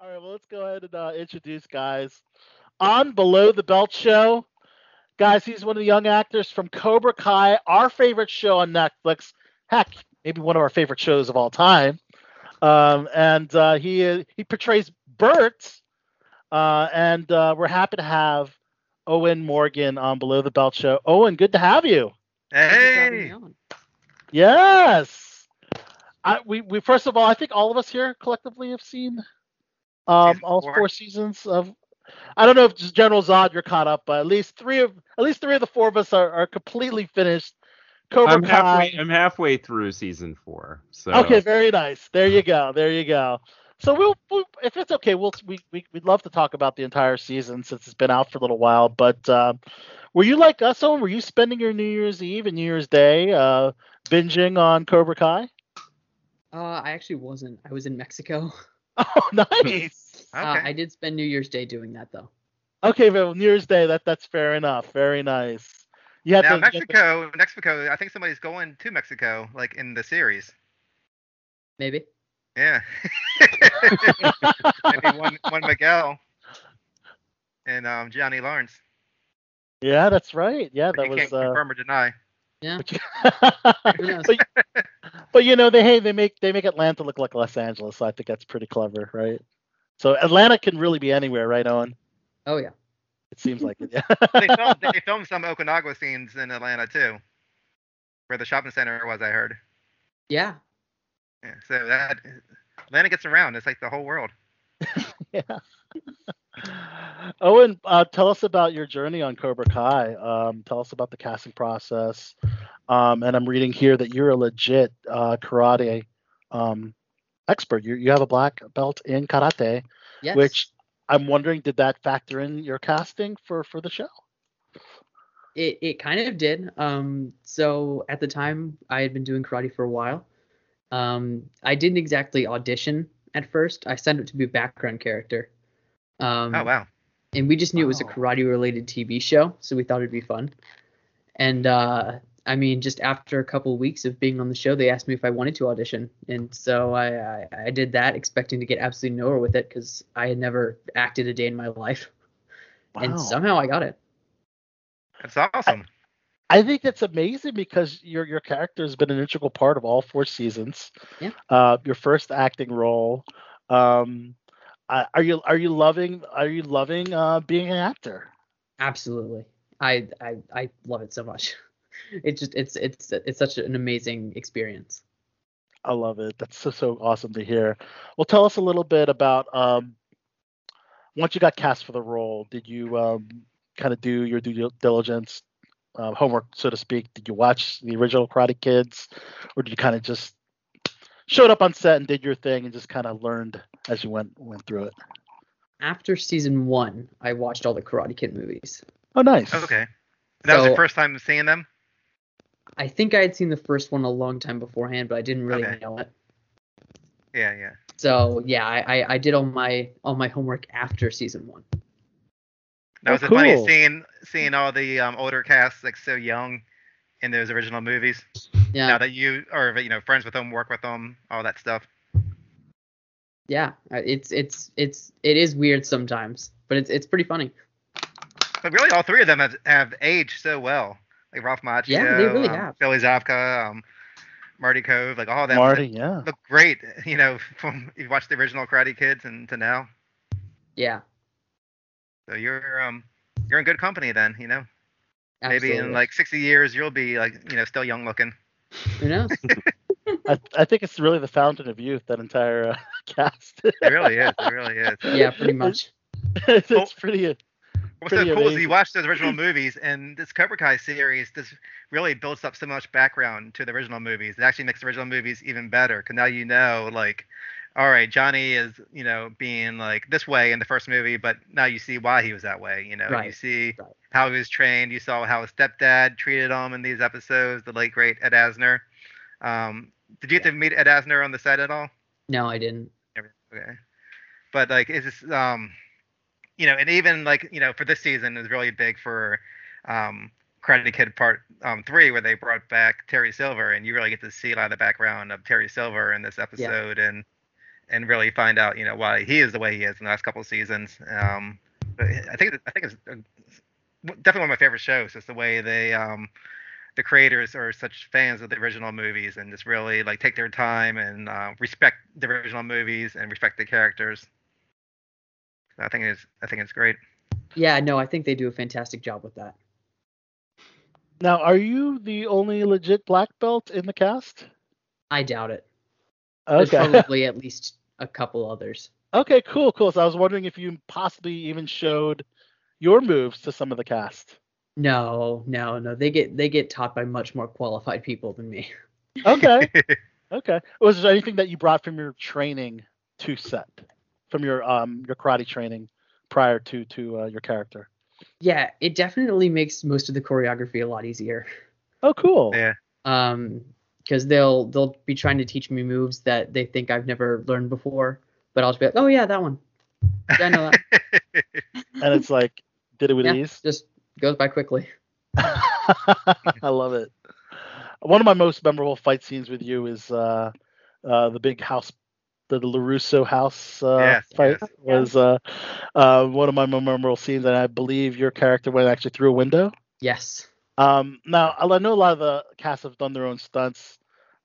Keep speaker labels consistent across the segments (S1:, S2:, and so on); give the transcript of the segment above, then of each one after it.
S1: All right, well, let's go ahead and uh, introduce guys on Below the Belt Show. Guys, he's one of the young actors from Cobra Kai, our favorite show on Netflix. Heck, maybe one of our favorite shows of all time. Um, and uh, he he portrays Bert, uh, and uh, we're happy to have Owen Morgan on Below the Belt Show. Owen, good to have you.
S2: Hey.
S1: Yes. I, we, we first of all, I think all of us here collectively have seen um,
S2: Season
S1: all
S2: four.
S1: four seasons of. I don't know if General Zod you're caught up, but at least three of at least three of the four of us are, are completely finished. Cobra
S2: Oh
S3: I'm
S1: Kai.
S3: halfway. I'm halfway through season four. So
S1: Okay, very nice. There you go. There you go. So we'll, we'll if it's okay, we'll we, we we'd love to talk about the entire season since it's been out for a little while. But um, were you like us, Owen? Were you spending your New Year's Eve and New Year's Day uh, binging on Cobra Kai?
S4: Uh, I actually wasn't. I was in Mexico.
S1: Oh, nice.
S4: Uh,
S2: Okay.
S4: I did spend New Year's Day doing that though.
S1: okay, well, New Year's Day. That that's fair enough. Very nice. You had
S2: now
S1: to, you had to-
S2: Mexico, Mexico. I think somebody's going to Mexico, like in the series.
S4: Maybe.
S2: Yeah. Maybe one, one Miguel and um, Johnny Lawrence.
S1: yeah, that's right. Yeah, that
S2: But you
S1: was.
S2: can't
S1: Uh,
S2: confirm or deny.
S4: Who knows?
S1: but, but you know they hey they make they make Atlanta look like Los Angeles. So I think that's pretty clever, right? So Atlanta can really be anywhere, right, Owen?
S4: Oh yeah.
S1: It seems like it.
S2: They
S1: Yeah.
S2: filmed, they filmed some Okinawa scenes in Atlanta too, where the shopping center was. I heard.
S4: Yeah.
S2: Yeah, so that Atlanta gets around. It's like the whole world.
S1: yeah. Owen, uh, tell us about your journey on Cobra Kai. Um, tell us about the casting process. Um, and I'm reading here that you're a legit uh, karate um, expert. You you have a black belt in karate,
S4: Yes.
S1: which I'm wondering did that factor in your casting for for the show?
S4: it it kind of did. Um. So at the time, I had been doing karate for a while. Um. I didn't exactly audition at first. I signed up to be a background character. Um,
S2: Oh
S1: Mm-hmm.
S2: wow.
S4: and we just knew it was a
S1: Wow.
S4: karate related TV show, so we thought it'd be fun. And uh, I mean, just after a couple of weeks of being on the show, they asked me if I wanted to audition, and so I I, I did that, expecting to get absolutely nowhere with it because I had never acted a day in my life, and somehow I got it.
S2: That's awesome.
S1: I think that's amazing because your your character has been an integral part of all four seasons.
S4: Yeah.
S1: Uh, your first acting role. Um, I- are you are you loving are you loving uh, being an actor?
S4: Absolutely, I I I love it so much. It's just it's it's it's such an amazing experience.
S1: I love it. That's so so awesome to hear. Well, tell us a little bit about um, once you got cast for the role, did you um, kind of do your due diligence, uh, homework, so to speak? Did you watch the original Karate Kids, or did you kind of just showed up on set and did your thing and just kind of learned as you went went through it?
S4: After season one, I watched all the Karate Kid movies.
S1: Oh, nice.
S2: Okay. That was
S4: So-
S2: your first time seeing them.
S4: I think I had seen the first one a long time beforehand, but I didn't really
S2: Okay.
S4: know it.
S2: Yeah, yeah.
S4: So yeah, I, I, I did all my all my homework after season one.
S2: That
S1: Oh,
S2: was the funny
S1: cool.
S2: seeing seeing all the um, older casts like so young in those original movies.
S4: Yeah,
S2: Now that you are you know friends with them, work with them, all that stuff.
S4: yeah. uh, It's it's it's it is weird sometimes, but it's it's pretty funny.
S2: But really, all three of them have, have aged so well. Like Ralph Macchio,
S4: Yeah, they really
S2: um,
S4: have.
S2: Billy Zabka, um, Marty Cove, like all that
S1: Marty, yeah.
S2: look great. You know, from you watched the original Karate Kids and to now.
S4: Yeah,
S2: So you're um you're in good company then. You know,
S4: absolutely.
S2: maybe in like 60 years you'll be like you know still young looking.
S4: who knows?
S1: I, I think it's really the fountain of youth, that entire uh, cast.
S2: It really is. It really is.
S4: yeah, pretty much.
S1: it's,
S2: Well-
S1: it's pretty. uh,
S2: What's
S1: pretty
S2: so cool is
S1: amazing.
S2: you watch those original movies, and this Cobra Kai series this really builds up so much background to the original movies. It actually makes the original movies even better because now you know, like, all right, Johnny is you know being like this way in the first movie, but now you see why he was that way. You know, you
S4: Right,
S2: see
S4: right.
S2: how he was trained. You saw how his stepdad treated him in these episodes. The late great Ed Asner. Um, did you get to meet Ed Asner on the set at all?
S4: No, I didn't.
S2: Everything- Okay. But like it's just um you know, and even like, you know, for this season is really big for um Karate Kid Part um three where they brought back Terry Silver and you really get to see a lot of the background of Terry Silver in this episode and and really find out you know why he is the way he is in the last couple of seasons. Um, but I think I think it's uh, definitely one of my favorite shows. Is the way they um, the creators are such fans of the original movies and just really like take their time and uh, respect the original movies and respect the characters. I think it's I think it's great.
S4: Yeah, no, I think they do a fantastic job with that.
S1: Now, are you the only legit black belt in the cast?
S4: I doubt it. There's
S1: Okay.
S4: probably at least a couple others.
S1: okay, cool, cool. So I was wondering if you possibly even showed your moves to some of the cast.
S4: No, no, no. They get they get taught by much more qualified people than me.
S1: Okay. okay. Was there anything that you brought from your training to set? From your um your karate training prior to to uh, your character?
S4: Yeah, it definitely makes most of the choreography a lot easier.
S1: Oh, cool.
S2: Yeah.
S4: Um, because they'll they'll be trying to teach me moves that they think I've never learned before, but I'll just be like, oh yeah, that one. Yeah, I know that.
S1: And it's like, did it with
S4: Yeah,
S1: ease?
S4: just goes by quickly.
S1: I love it. One of my most memorable fight scenes with you is uh, uh, the big house, the, the Larusso house uh,
S2: Yes,
S1: fight
S2: yes.
S1: was uh, uh, one of my more memorable scenes, and I believe your character went actually through a window.
S4: Yes.
S1: Um, now I know a lot of the cast have done their own stunts.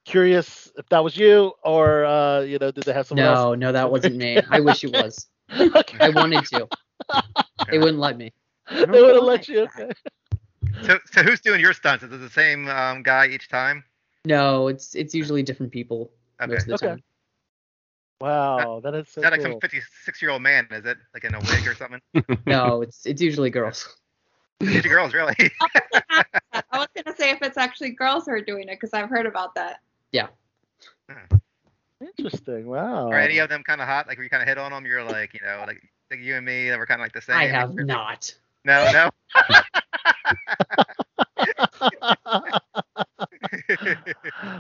S1: Curious if that was you, or uh, you know, did they have someone
S4: no, no, that wasn't me. I wish it was.
S1: else? Okay.
S4: I wanted to. They
S2: Yeah.
S4: wouldn't let me.
S1: they would have let you. Okay.
S2: So so who's doing your stunts? Is it the same um, guy each time?
S4: No, it's it's usually different people
S2: Okay.
S4: most of the
S1: Okay.
S4: time.
S1: Wow, that is so
S2: Is that like
S1: cool.
S2: some 56 year old man? Is it like in a wig or something?
S4: No, it's it's usually girls.
S2: These are girls, really?
S5: I was gonna say if it's actually girls who are doing it because I've heard about that.
S1: Interesting. Wow.
S2: Are any of them kind of hot? Like, were you kind of hit on them? You're like, you know, like, like you and me, that we're kind of like the same.
S4: I have not.
S2: No, no.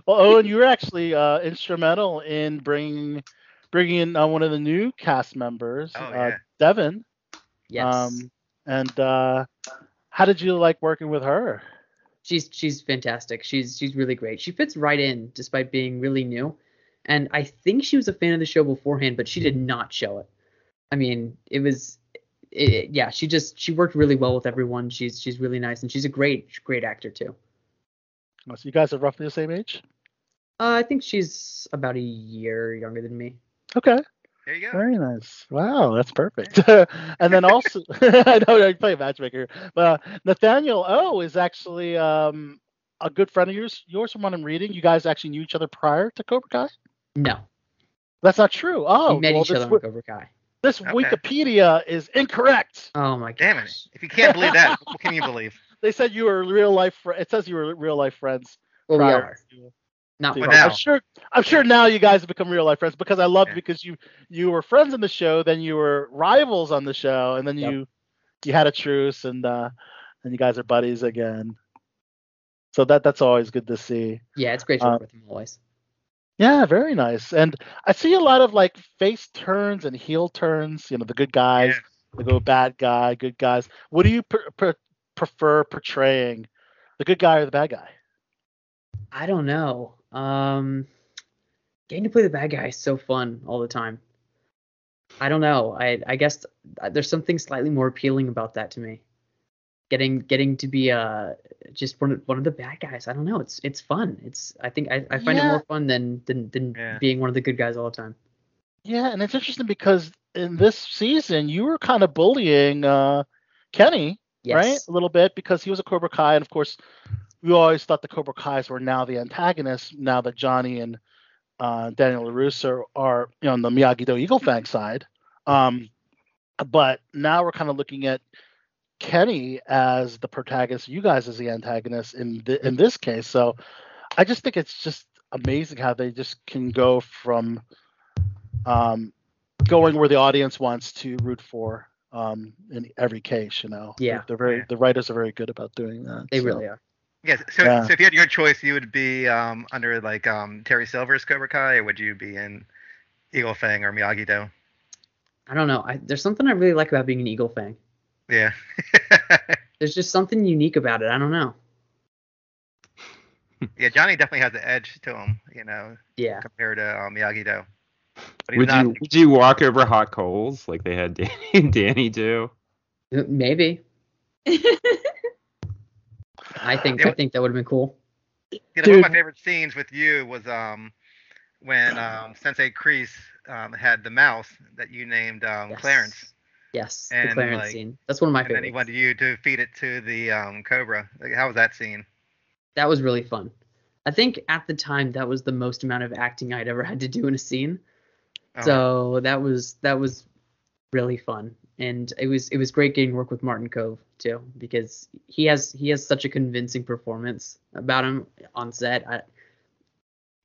S1: well, Owen, you were actually uh, instrumental in bringing bringing in uh, one of the new cast members,
S2: Oh,
S1: uh,
S2: yeah.
S1: Devin.
S4: Yes.
S1: Um, and uh, how did you like working with her?
S4: she's she's fantastic. She's she's really great. She fits right in despite being really new. And I think she was a fan of the show beforehand, but she did not show it. I mean, it was it, it- yeah, she just she worked really well with everyone. She's she's really nice and she's a great great actor too.
S1: Oh, So you guys are roughly the same age.
S4: Uh, I think she's about a year younger than me.
S1: Okay,
S2: There you go.
S1: very nice. Wow, that's perfect. and then also, I know I play matchmaker, but uh, Nathaniel O is actually um, a good friend of yours. Yours from what I'm reading, you guys actually knew each other prior to Cobra Kai.
S4: No,
S1: That's not true. Oh,
S4: we met
S1: well,
S4: each
S1: this
S4: other
S1: wi-
S4: on Cobra Kai.
S1: This
S2: Okay.
S1: Wikipedia is incorrect.
S4: Oh my gosh.
S2: Damn it. If you can't believe that, what can you believe?
S1: They said you were real life. Fr- it says you were real life friends.
S4: Well, we
S1: prior
S4: are
S1: to-
S4: not
S1: to-
S2: Well,
S4: far.
S2: now-
S1: I'm sure. I'm sure now you guys have become real life friends because I loved
S2: Yeah.
S1: because you you were friends in the show, then you were rivals on the show, and then
S4: Yep.
S1: you you had a truce, and uh and you guys are buddies again. So that that's always good to see.
S4: Yeah, it's great to work
S1: Uh,
S4: with him always.
S1: Yeah, very nice. And I see a lot of like face turns and heel turns. You know, the good guys, the go bad guy, good guys. What do you per- per- prefer portraying, the good guy or the bad guy?
S4: I don't know. Um, getting to play the bad guy is so fun all the time. I don't know. I I guess th- there's something slightly more appealing about that to me. Getting getting to be uh just one of, one of the bad guys. I don't know. It's it's fun. It's I think I, I find it
S1: Yeah.
S4: more fun than than than
S2: Yeah.
S4: being one of the good guys all the time.
S1: Yeah, and it's interesting because in this season you were kind of bullying uh, Kenny,
S4: Yes.
S1: right, a little bit because he was a Cobra Kai, and of course we always thought the Cobra Kai's were now the antagonists. Now that Johnny and uh, Daniel LaRusso are you know, on the Miyagi Do Eagle Fang side, um, but now we're kind of looking at Kenny as the protagonist, you guys as the antagonist in th- in this case. So I just think it's just amazing how they just can go from um, going where the audience wants to root for um, in every case. You know,
S4: Yeah.
S1: they're very
S2: Yeah.
S1: the writers are very good about doing that.
S4: They
S1: so.
S4: really are.
S2: Yes. So,
S1: Yeah.
S2: so if you had your choice, you would be um, under like um, Terry Silver's Cobra Kai, or would you be in Eagle Fang or Miyagi Do?
S4: I don't know. I, there's something I really like about being an Eagle fan.
S2: Yeah.
S4: There's just something unique about it. I don't know.
S2: yeah. Johnny definitely has the edge to him, you know,
S4: Yeah.
S2: compared to um, Miyagi Do. But he's
S3: Would
S2: not.
S3: you would you walk over hot coals like they had Danny, Danny do?
S4: Maybe. I think I think that would have been cool.
S2: You know, one of
S1: Dude.
S2: my favorite scenes with you was um when um, Sensei Kreese um, had the mouse that you named um,
S4: Yes.
S2: Clarence,
S4: Yes, the
S2: And,
S4: Clarence
S2: like-
S4: scene. That's one of my
S2: and then he
S4: favorites.
S2: wanted you to feed it to the um, cobra. Like, how was that scene?
S4: That was really fun. I think at the time that was the most amount of acting I'd ever had to do in a scene.
S2: Oh,
S4: So that was that was really fun, and it was it was great getting to work with Martin Cove too because he has he has such a convincing performance about him on set. I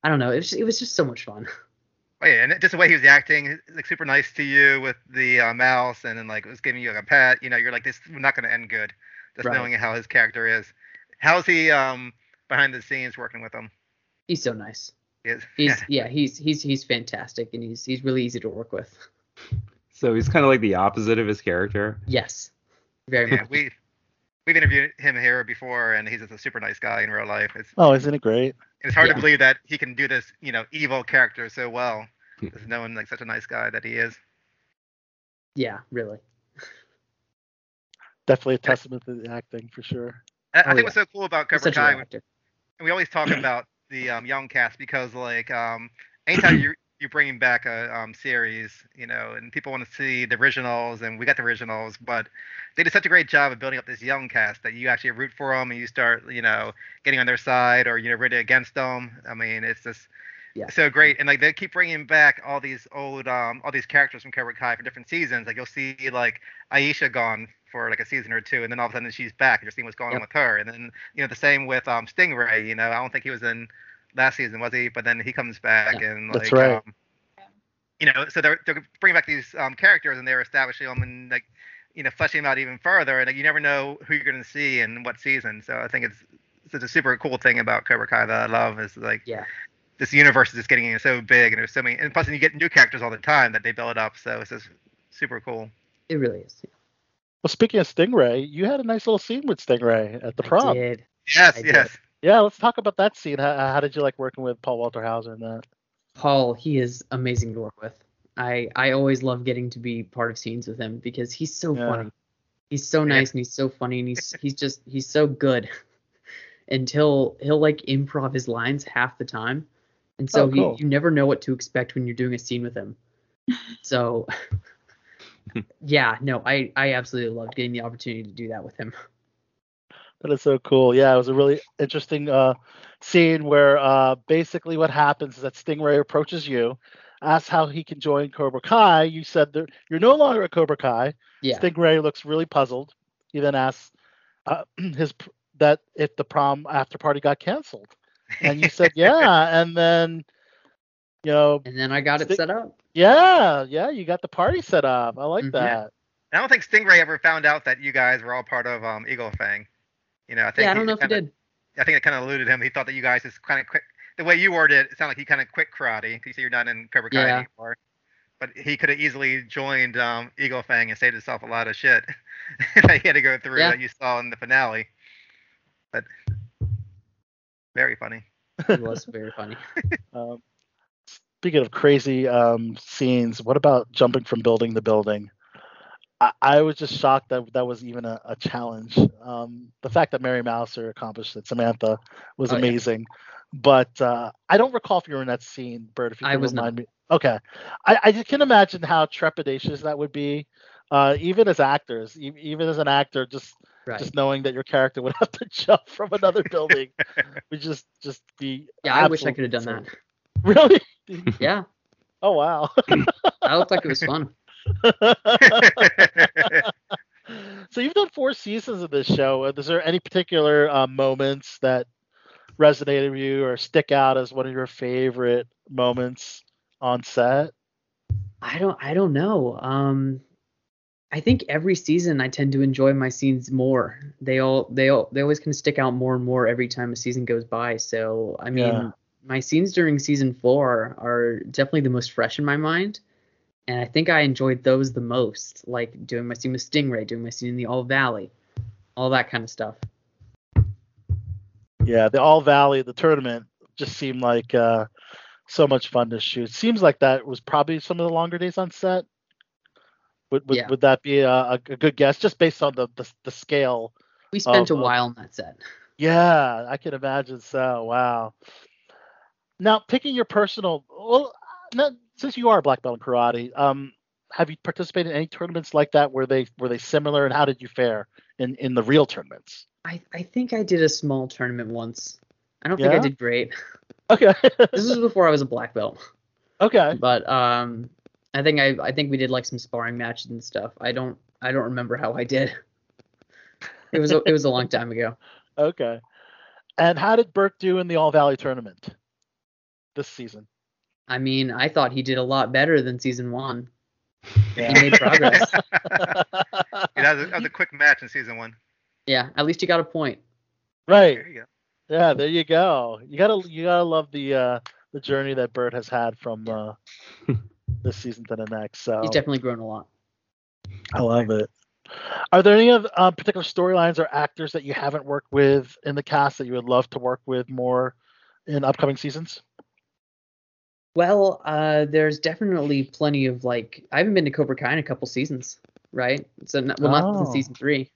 S4: I don't know. It was it was just so much fun.
S2: oh, yeah, and just the way he was acting, like super nice to you with the uh, mouse, and then like was giving you like a pat. You know, you're like this is not going to end good. Just
S4: Right.
S2: knowing how his character is. How's he um behind the scenes working with him?
S4: He's so nice.
S2: He is-
S4: He's yeah he's he's he's fantastic and he's he's really easy to work with.
S3: So he's kind of like the opposite of his character.
S4: Yes, very
S2: yeah,
S4: much.
S2: we we've interviewed him here before, and he's just a super nice guy in real life. It's
S1: Oh, isn't it great?
S2: it's hard
S4: Yeah.
S2: to believe that he can do this, you know, evil character so well.
S4: Hmm.
S2: Just knowing like such a nice guy that he is.
S4: Yeah, really.
S1: Definitely a testament to the acting for sure.
S2: I, I
S4: Oh,
S2: think
S4: yeah.
S2: what's so cool about
S4: He's
S2: Cobra
S4: such a
S2: Kai,
S4: great actor.
S2: and we always talk about the um, young cast because like um, anytime you you bring back a um, series, you know, and people want to see the originals, and we got the originals, but they did such a great job of building up this young cast that you actually root for them and you start, you know, getting on their side or you know rooting against them. I mean, it's just
S4: Yeah.
S2: so great, and like they keep bringing back all these old, um, all these characters from Cobra Kai for different seasons. Like you'll see like Aisha gone for like a season or two, and then all of a sudden she's back, and you're seeing what's going on
S4: Yep.
S2: with her, and then you know the same with um, Stingray. You know, I don't think he was in last season, was he? But then he comes back, and like,
S1: That's right.
S2: um, you know, so they're they're bringing back these um, characters, and they're establishing them, and like you know, fleshing them out even further, and like, you never know who you're going to see in what season. So I think it's such a super cool thing about Cobra Kai that I love is like
S4: Yeah.
S2: this universe is just getting so big, and there's so many, and plus you get new characters all the time that they build up. So it's just super cool.
S4: It really is.
S1: Well, speaking of Stingray, you had a nice little scene with Stingray at the
S4: I
S1: prom.
S4: did.
S2: Yes,
S4: I did.
S2: yes.
S1: Yeah, let's talk about that scene. How, how did you like working with Paul Walter Hauser in that?
S4: Paul, he is amazing to work with. I I always love getting to be part of scenes with him because he's so
S1: Yeah.
S4: funny. He's so
S2: Yeah.
S4: nice and he's so funny and he's he's just he's so good. and he'll he'll like improv his lines half the time, and so
S1: Oh, cool.
S4: he, you never know what to expect when you're doing a scene with him. So. yeah, no, I I absolutely loved getting the opportunity to do that with him.
S1: That is so cool. Yeah, it was a really interesting uh, scene where uh, basically what happens is that Stingray approaches you, asks how he can join Cobra Kai. You said that you're no longer a Cobra Kai.
S4: Yeah,
S1: Stingray looks really puzzled. He then asks uh, his pr- that if the prom after party got canceled, and you said yeah, and then you know
S4: and then I got it
S1: Sting-
S4: set up.
S1: yeah yeah you got the party set up. I like
S4: Mhm.
S1: that.
S2: I don't think Stingray ever found out that you guys were all part of um, Eagle Fang. You know, I think
S4: Yeah, I don't know if he
S2: kinda-
S4: did.
S2: I think it kind of eluded him. He thought that you guys just kind of quit. The way you worded it, it sounded like he kind of quit karate. 'cause You say you're not in Cobra Kai
S4: Yeah.
S2: anymore. But he could have easily joined um, Eagle Fang and saved himself a lot of shit that he had to go through
S4: Yeah.
S2: that you saw in the finale. But very funny.
S4: It was very funny.
S1: Um, speaking of crazy um, scenes, what about jumping from building to building? I, I was just shocked that that was even a, a challenge. Um, the fact that Mary Mouser accomplished it, Samantha, was
S4: Oh, yeah.
S1: amazing. But uh, I don't recall if you were in that scene, Bert. If you
S4: I
S1: can
S4: was not.
S1: remind me. Okay, I, I just can imagine how trepidatious that would be, uh, even as actors, e- even as an actor, just
S4: Right.
S1: just knowing that your character would have to jump from another building would just just be.
S4: yeah, I wish I
S1: absolute
S4: could have done
S1: insane.
S4: that.
S1: Really?
S4: Yeah.
S1: Oh wow.
S4: That looked like it was fun.
S1: so you've done four seasons of this show. Uh, Is there any particular uh, moments that resonated with you or stick out as one of your favorite moments on set?
S4: I don't I don't know. Um I think every season I tend to enjoy my scenes more. They all they all they always kind of stick out more and more every time a season goes by. So I mean
S1: Yeah.
S4: my scenes during season four are definitely the most fresh in my mind. And I think I enjoyed those the most, like doing my scene with Stingray, doing my scene in the All Valley, all that kind of stuff.
S1: Yeah, the All Valley, the tournament just seemed like uh, so much fun to shoot. Seems like that was probably some of the longer days on set. Would would,
S4: Yeah.
S1: would that be a, a g- a good guess just based on the the, the scale?
S4: We spent
S1: Oh,
S4: a
S1: oh.
S4: while on that set.
S1: Yeah, I can imagine so. Wow. Now picking your personal well, uh, no, since you are a black belt in karate, um, have you participated in any tournaments like that? Were they were they similar, and how did you fare in in the real tournaments?
S4: I, I think I did a small tournament once. I don't think
S1: Yeah?
S4: I did great.
S1: Okay.
S4: This was before I was a black belt.
S1: okay.
S4: But um I think I I think we did like some sparring matches and stuff. I don't I don't remember how I did. It was a, it was a long time ago.
S1: Okay. And how did Burke do in the All Valley tournament this season?
S4: I mean, I thought he did a lot better than season 1.
S1: Yeah.
S4: He made progress.
S2: Yeah, that, was, that was a quick match in season one.
S4: yeah, at least he got a point.
S1: right.
S2: There you go.
S1: Yeah, there you go. You gotta you gotta love the uh the journey that Bert has had from uh this season to the next. So
S4: He's definitely grown a lot.
S1: I love it. Are there any of uh, particular storylines or actors that you haven't worked with in the cast that you would love to work with more in upcoming seasons?
S4: Well, uh, there's definitely plenty of like I haven't been to Cobra Kai in a couple seasons, right? So not, well, not
S1: Oh.
S4: since season three.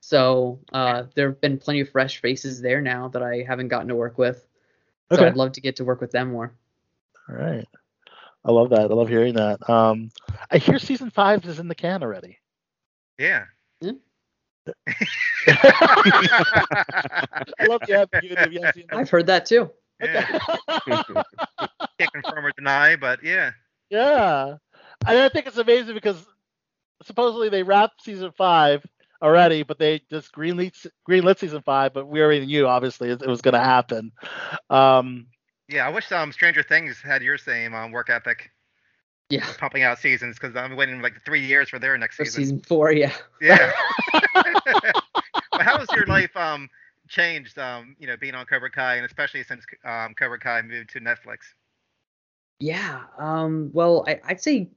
S4: So uh, there have been plenty of fresh faces there now that I haven't gotten to work with. So
S1: Okay.
S4: I'd love to get to work with them more.
S1: All right. I love that. I love hearing that. Um, I hear season five is in the can already.
S2: Yeah.
S1: I love the ambiguity of yes, you know.
S4: I've heard that too.
S2: yeah.
S1: Okay.
S2: Can't confirm or deny, but yeah.
S1: Yeah. And I think it's amazing because supposedly they wrapped season five already, but they just greenlit greenlit season five. But we already knew, obviously, it, it was going to happen. Um,
S2: Yeah, I wish um Stranger Things had your same um, work ethic
S4: Yeah.
S2: pumping out seasons because I'm waiting like three years for their next
S4: For
S2: season.
S4: season four, yeah.
S2: Yeah. but how has your life um changed um you know being on Cobra Kai and especially since um Cobra Kai moved to Netflix?
S4: Yeah. Um, well, I, I'd say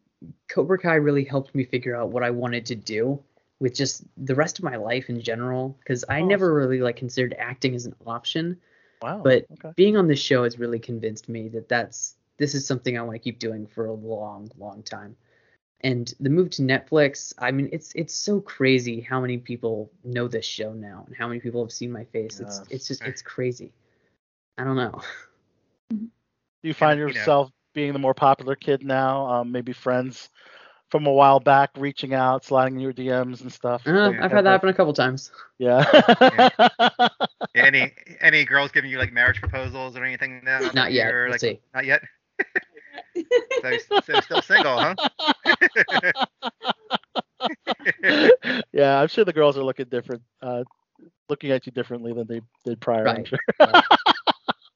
S4: Cobra Kai really helped me figure out what I wanted to do with just the rest of my life in general, because I never
S1: Awesome.
S4: really like considered acting as an option.
S1: wow.
S4: But
S1: okay.
S4: being on this show has really convinced me that that's this is something I want to keep doing for a long, long time. And the move to Netflix, I mean, it's it's so crazy how many people know this show now and how many people have seen my face. It's
S1: Yes.
S4: it's just it's crazy. I don't know.
S1: Do you find
S2: you know-
S1: yourself being the more popular kid now? Um, maybe friends from a while back reaching out, sliding in your DMs and stuff.
S4: Uh,
S2: Yeah.
S4: I've had that happen a couple times.
S1: Yeah.
S2: Any any girls giving you like marriage proposals or anything now?
S4: Not yet.
S2: You're,
S4: We'll
S2: like,
S4: see.
S2: Not yet. so, so still single, huh?
S1: yeah, I'm sure the girls are looking different, uh, looking at you differently than they did prior. I'm
S4: Right.
S1: sure.
S4: Yeah.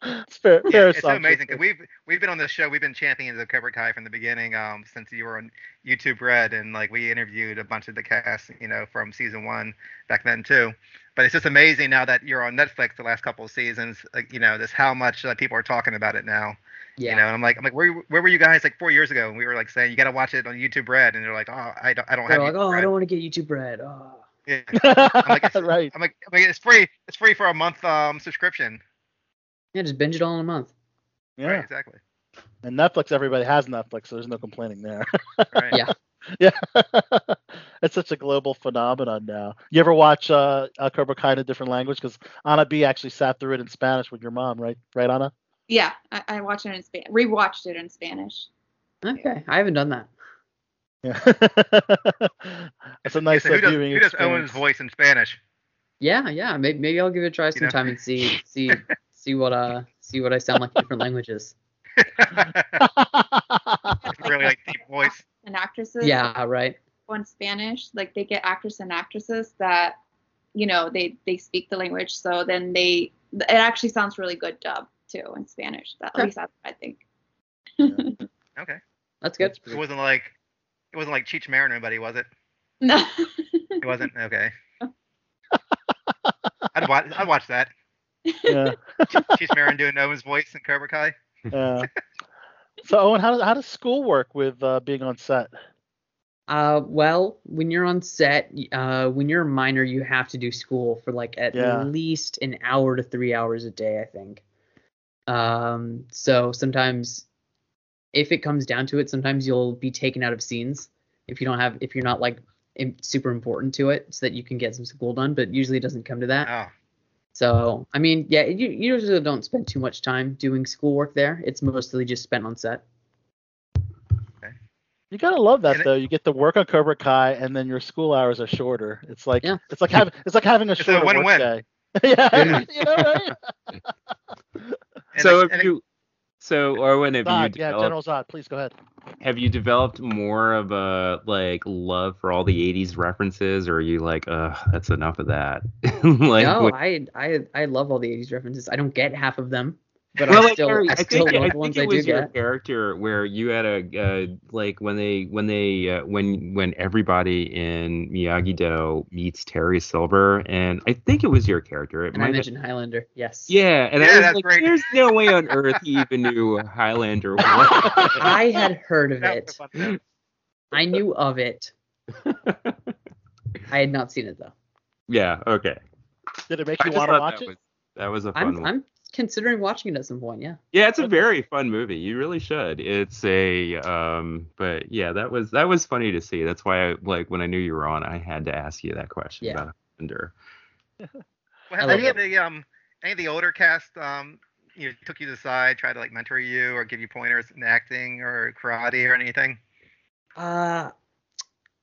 S1: it's fair.
S2: Yeah,
S1: fair
S2: it's so
S1: assumption.
S2: amazing 'cause we've we've been on this show. We've been champions of Cobra Kai from the beginning, um, since you were on YouTube Red, and like we interviewed a bunch of the cast, you know, from season one back then too. But it's just amazing now that you're on Netflix the last couple of seasons. Like, you know, this how much uh, people are talking about it now.
S4: Yeah.
S2: You know, and I'm like, I'm like, where you- where were you guys like four years ago? And we were like saying you got to watch it on YouTube Red, and they're like, oh, I don't, I don't
S4: They're like,
S2: have. YouTube
S4: oh, I
S2: Red."
S4: don't want to get YouTube Red. Oh.
S2: Yeah. like, it's-
S1: right.
S2: I'm like, I'm like, it's free. It's free for a month um subscription.
S4: Yeah, just binge it all in a month.
S1: Yeah.
S2: Right, exactly.
S1: And Netflix, everybody has Netflix, so there's no complaining there.
S2: Right.
S4: Yeah.
S1: it's such a global phenomenon now. You ever watch uh, uh, Cobra Kai in a different language? Because Anna B actually sat through it in Spanish with your mom, right? Right, Anna?
S5: Yeah, I, I watched it in Spanish. Rewatched it in Spanish.
S4: Okay. I haven't done that.
S1: Yeah. it's a nice
S2: So who
S1: uh,
S2: does,
S1: viewing
S2: who does Owen's
S1: experience.
S2: voice in Spanish?
S4: Yeah, yeah. Maybe maybe I'll give it a try sometime and see see see what uh see what I sound like in different languages.
S2: really like deep voice.
S5: And actresses.
S4: Yeah, right.
S5: in Spanish, like they get actors and actresses that, you know, they they speak the language, so then they it actually sounds really good dubbed too in Spanish. That,
S4: Okay.
S5: At least that's what I think.
S2: Okay.
S4: That's good.
S2: It wasn't like it wasn't like Cheech Marin anybody, was it?
S5: No.
S2: It wasn't okay. I'd watch I'd watch that.
S1: yeah.
S2: Cheech Marin doing Owen's voice in Cobra Kai.
S1: yeah. So Owen, how does how does school work with uh, being on set?
S4: Uh, well, when you're on set, y- uh, when you're a minor, you have to do school for like at
S1: Yeah.
S4: least an hour to three hours a day, I think. Um, so sometimes if it comes down to it, sometimes you'll be taken out of scenes if you don't have if you're not like im- super important to it, so that you can get some school done. But usually it doesn't come to that.
S2: Oh,
S4: So I mean, yeah, you, you usually don't spend too much time doing schoolwork there. It's mostly just spent on set.
S1: You gotta love that
S2: And it-
S1: though. You get to work on Cobra Kai, and then your school hours are shorter. It's like
S4: Yeah.
S1: it's like having it's like having a
S2: a
S1: shorter work
S2: win-win.
S1: day. yeah, you know, right?
S2: And
S3: so
S2: it-
S3: if
S2: and it-
S3: you, so Orwin, have you
S1: Zod, yeah,
S3: developed,
S1: General Zod. Please go ahead.
S3: have you developed more of a like love for all the '80s references, or are you like, uh, that's enough of that? like,
S4: no,
S3: what-
S4: I, I I love all the '80s references. I don't get half of them, but
S3: Well,
S4: I
S3: like,
S4: still
S3: Harry,
S4: I still
S3: think,
S4: love
S3: think
S4: the ones
S3: it
S4: I do
S3: was your
S4: get.
S3: character where you had a uh, like when they when they uh, when when everybody in Miyagi Do meets Terry Silver, and I think it was your character. It
S4: And I
S3: might have-
S4: mentioned Highlander. Yes.
S3: yeah, and
S2: Yeah,
S3: I was
S2: that's
S3: like,
S2: right.
S3: there's no way on earth he even knew Highlander. was.
S4: I had heard of
S2: that was
S4: it.
S2: a fun thing.
S4: I knew of it. I had not seen it though.
S3: yeah, okay.
S1: Did it make
S3: I
S1: you
S3: just
S1: want to
S3: thought
S1: watch
S3: that
S1: it?
S3: Was, that was a fun
S4: I'm
S3: one.
S4: I'm considering watching it at some point. Yeah.
S3: Yeah, it's a very fun movie. You really should. It's a um but yeah, that was that was funny to see. That's why I like when I knew you were on, I had to ask you that question
S4: Yeah.
S3: about Highlander.
S2: Well,
S4: I
S2: have
S4: love
S2: any of the um any of the older cast um you know, took you to the side, tried to like mentor you or give you pointers in acting or karate or anything?
S4: Uh,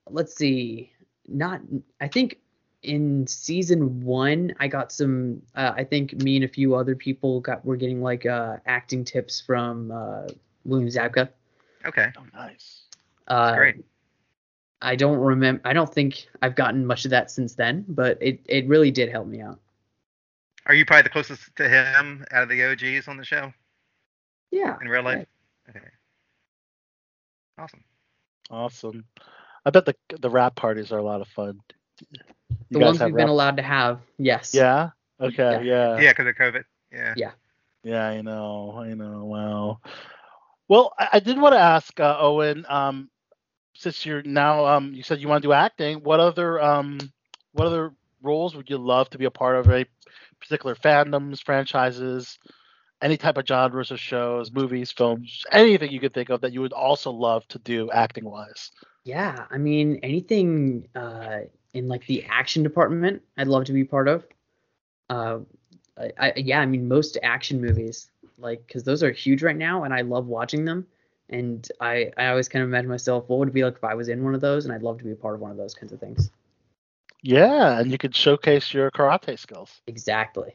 S4: let's see. Not I think in season one I got some. Uh, I think me and a few other people got were getting like uh, acting tips from uh, William Zabka.
S2: Okay.
S1: Oh, nice.
S4: Uh,
S2: great.
S4: I don't remember. I don't think I've gotten much of that since then, but it it really did help me out.
S2: Are you probably the closest to him out of the OGs on the show
S4: Yeah.
S2: in real life? Okay. Awesome.
S1: Awesome. I bet the the rap parties are a lot of fun. You
S4: The
S1: guys
S4: ones
S1: have
S4: we've been
S1: rap-
S4: allowed to have. Yes.
S1: Yeah. Okay. Yeah.
S2: Yeah, because of COVID. Yeah.
S1: Uh, Yeah, I know. I know. Wow. Well, I, I did want to ask uh, Owen, um, since you're now, um, you said you want to do acting. What other, um, what other roles would you love to be a part of? Any particular fandoms, franchises, any type of genres of shows, movies, films, anything you could think of that you would also love to do acting wise?
S4: Yeah. I mean, anything uh, in like the action department, I'd love to be part of. Uh, I, I, yeah. I mean, most action movies, like, because those are huge right now, and I love watching them. And I, I always kind of imagine myself, what would it be like if I was in one of those? And I'd love to be a part of one of those kinds of things.
S1: Yeah, and you could showcase your karate skills.
S4: Exactly.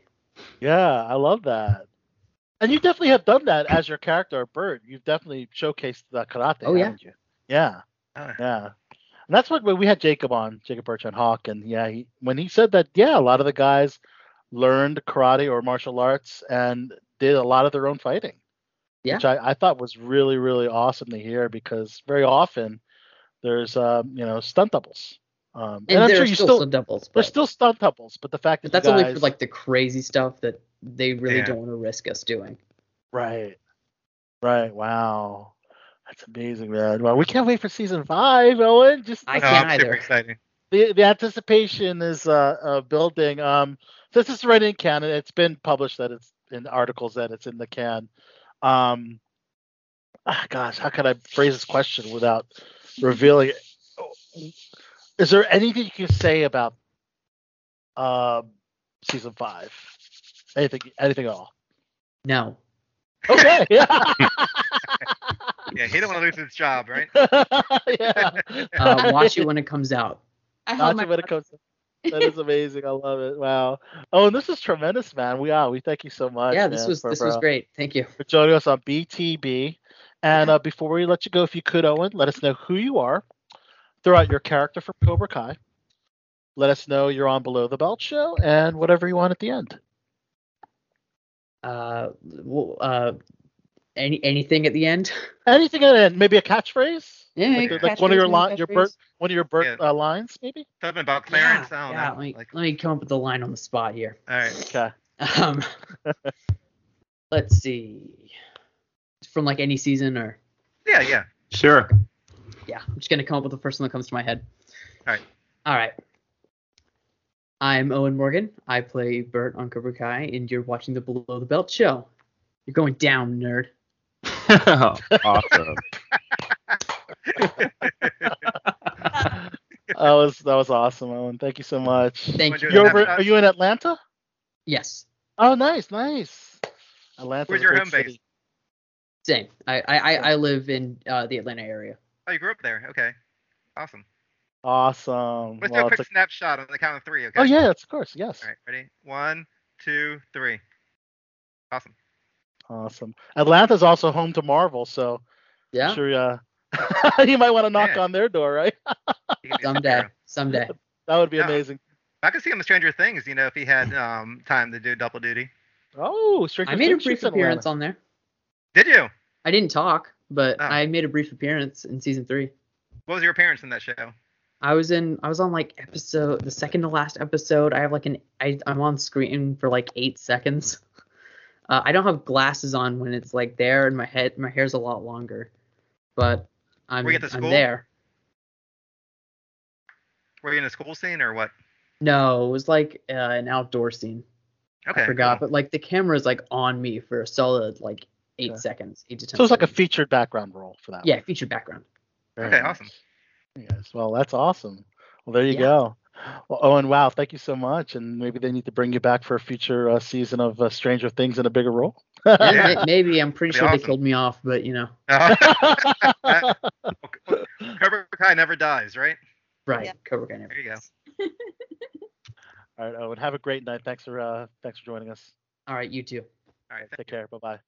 S1: Yeah, I love that. And you definitely have done that as your character, Bird. You've definitely showcased that karate.
S4: Oh, yeah.
S1: haven't you? Yeah,
S2: Oh.
S1: yeah. And that's what when we had Jacob on, Jacob Birch on Hawk, and yeah, he, when he said that, yeah, a lot of the guys learned karate or martial arts and did a lot of their own fighting.
S4: Yeah.
S1: Which I, I thought was really, really awesome to hear because very often there's um, you know, stunt doubles. Um, and,
S4: And,
S1: I'm
S4: there
S1: sure
S4: are
S1: you
S4: still,
S1: still
S4: some doubles.
S1: there's
S4: but-
S1: still stunt doubles, but the fact
S4: But
S1: that
S4: that's
S1: you
S4: only for
S1: guys-
S4: like the crazy stuff that they really
S2: Yeah.
S4: don't want to risk us doing.
S1: Right. Right. Wow. That's amazing, man. Well, we can't wait for season five, Owen. Just
S4: I
S1: the-
S2: Oh,
S4: can't
S2: I'm super
S4: either.
S2: excited.
S1: the, the anticipation is uh, uh building. Um, this is right in canon. It's been published that it's in articles that it's in the can. Um, ah, gosh, how can I phrase this question without revealing it? Is there anything you can say about uh, season five? Anything? Anything at all?
S4: No.
S1: Okay.
S2: Yeah, he didn't want to lose his job, right?
S1: yeah.
S4: Uh, watch it when it comes out.
S5: I held
S1: Watch
S5: my
S1: it when it comes. That is amazing. I love it. Wow. Oh, and this is tremendous, man. We are. We thank you so much.
S4: yeah, this
S1: man,
S4: was
S1: for,
S4: this
S1: for,
S4: was
S1: uh,
S4: great. Thank you.
S1: for joining us on BTB. And
S5: Yeah.
S1: uh, before we let you go, if you could, Owen, let us know who you are. Throw out your character from Cobra Kai. Let us know you're on Below the Belt show and whatever you want at the end.
S4: Uh, w- uh, any anything at the end?
S1: Anything at the end, maybe a catchphrase,
S4: Yeah.
S1: like,
S2: catchphrase,
S1: like one of your
S5: maybe
S1: li- your
S5: catchphrase.
S1: Bert, one of your Bert
S2: Yeah.
S1: uh, lines, maybe.
S2: Something about
S4: yeah,
S2: Clarence. I don't
S4: yeah,
S2: know.
S4: let, me,
S2: Like,
S4: let me come up with the line on the spot here.
S2: all right.
S1: Okay.
S4: Um, let's see. From like any season or
S2: Yeah, yeah.
S3: Sure.
S4: yeah, I'm just gonna come up with the first one that comes to my head.
S2: All right.
S4: All right. I'm Owen Morgan. I play Bert on Cobra Kai, and you're watching the Below the Belt show. You're going down, nerd.
S3: awesome.
S1: that was that was awesome, Owen. Thank you so much.
S4: Thank you.
S1: You
S2: You're
S1: over? Are you in Atlanta?
S4: Yes.
S1: Oh, nice, nice. Atlanta.
S2: Where's your home base?
S4: Same. I I, I, I live in uh, the Atlanta area.
S2: Oh, you grew up there. Okay. Awesome.
S1: Awesome.
S2: Let's do
S1: Well,
S2: a
S1: it's
S2: quick
S1: a-
S2: snapshot on the count of three. Okay.
S1: oh yeah, of course, yes.
S2: All right. Ready? One, two, three. Awesome.
S1: Awesome. Atlanta's also home to Marvel, so
S4: Yeah.
S1: sure. Uh, you might want to knock
S2: Yeah.
S1: on their door, right?
S2: You can be a
S4: Someday.
S2: superhero.
S4: Someday.
S1: That would be
S2: Yeah.
S1: amazing.
S2: I could see him in Stranger Things. You know, if he had um time to do double duty.
S1: Oh, Stranger
S4: I made a
S1: Things shoots
S4: brief
S1: in
S4: appearance
S1: Atlanta.
S4: on there.
S2: Did you?
S4: I didn't talk, but
S2: Oh.
S4: I made a brief appearance in season three.
S2: What was your appearance in that show?
S4: I was in I was on like episode the second to last episode. I have like an I, I'm on screen for like eight seconds. Uh, I don't have glasses on when it's like there, and my head my hair's a lot longer, but I'm,
S2: Were you at the
S4: I'm
S2: school?
S4: there.
S2: Were you in a school scene or what?
S4: No, it was like uh, an outdoor scene.
S2: Okay.
S4: I forgot,
S2: cool.
S4: but like the camera's like on me for a solid like eight
S1: Okay.
S4: seconds, eight to ten.
S1: So it's like a
S4: seconds.
S1: featured background role for that.
S4: yeah feature background.
S1: Very
S2: Okay,
S1: nice.
S2: awesome.
S1: Yes. Well, that's awesome. Well, there you
S4: Yeah.
S1: go. Well, Owen, wow, thank you so much. And maybe they need to bring you back for a future uh, season of uh, Stranger Things in a bigger role.
S4: Yeah,
S2: Yeah.
S4: may- maybe I'm pretty
S2: That'd be
S4: sure they killed
S2: awesome.
S4: me off, but you know,
S2: Oh, Cobra Kai never dies, right?
S4: right?
S5: Yeah.
S4: Cobra Kai never.
S2: There you go.
S1: All right, Owen, have a great night. Thanks for uh, thanks for joining us.
S4: All right, you too.
S2: All right.
S1: Take care. Bye bye.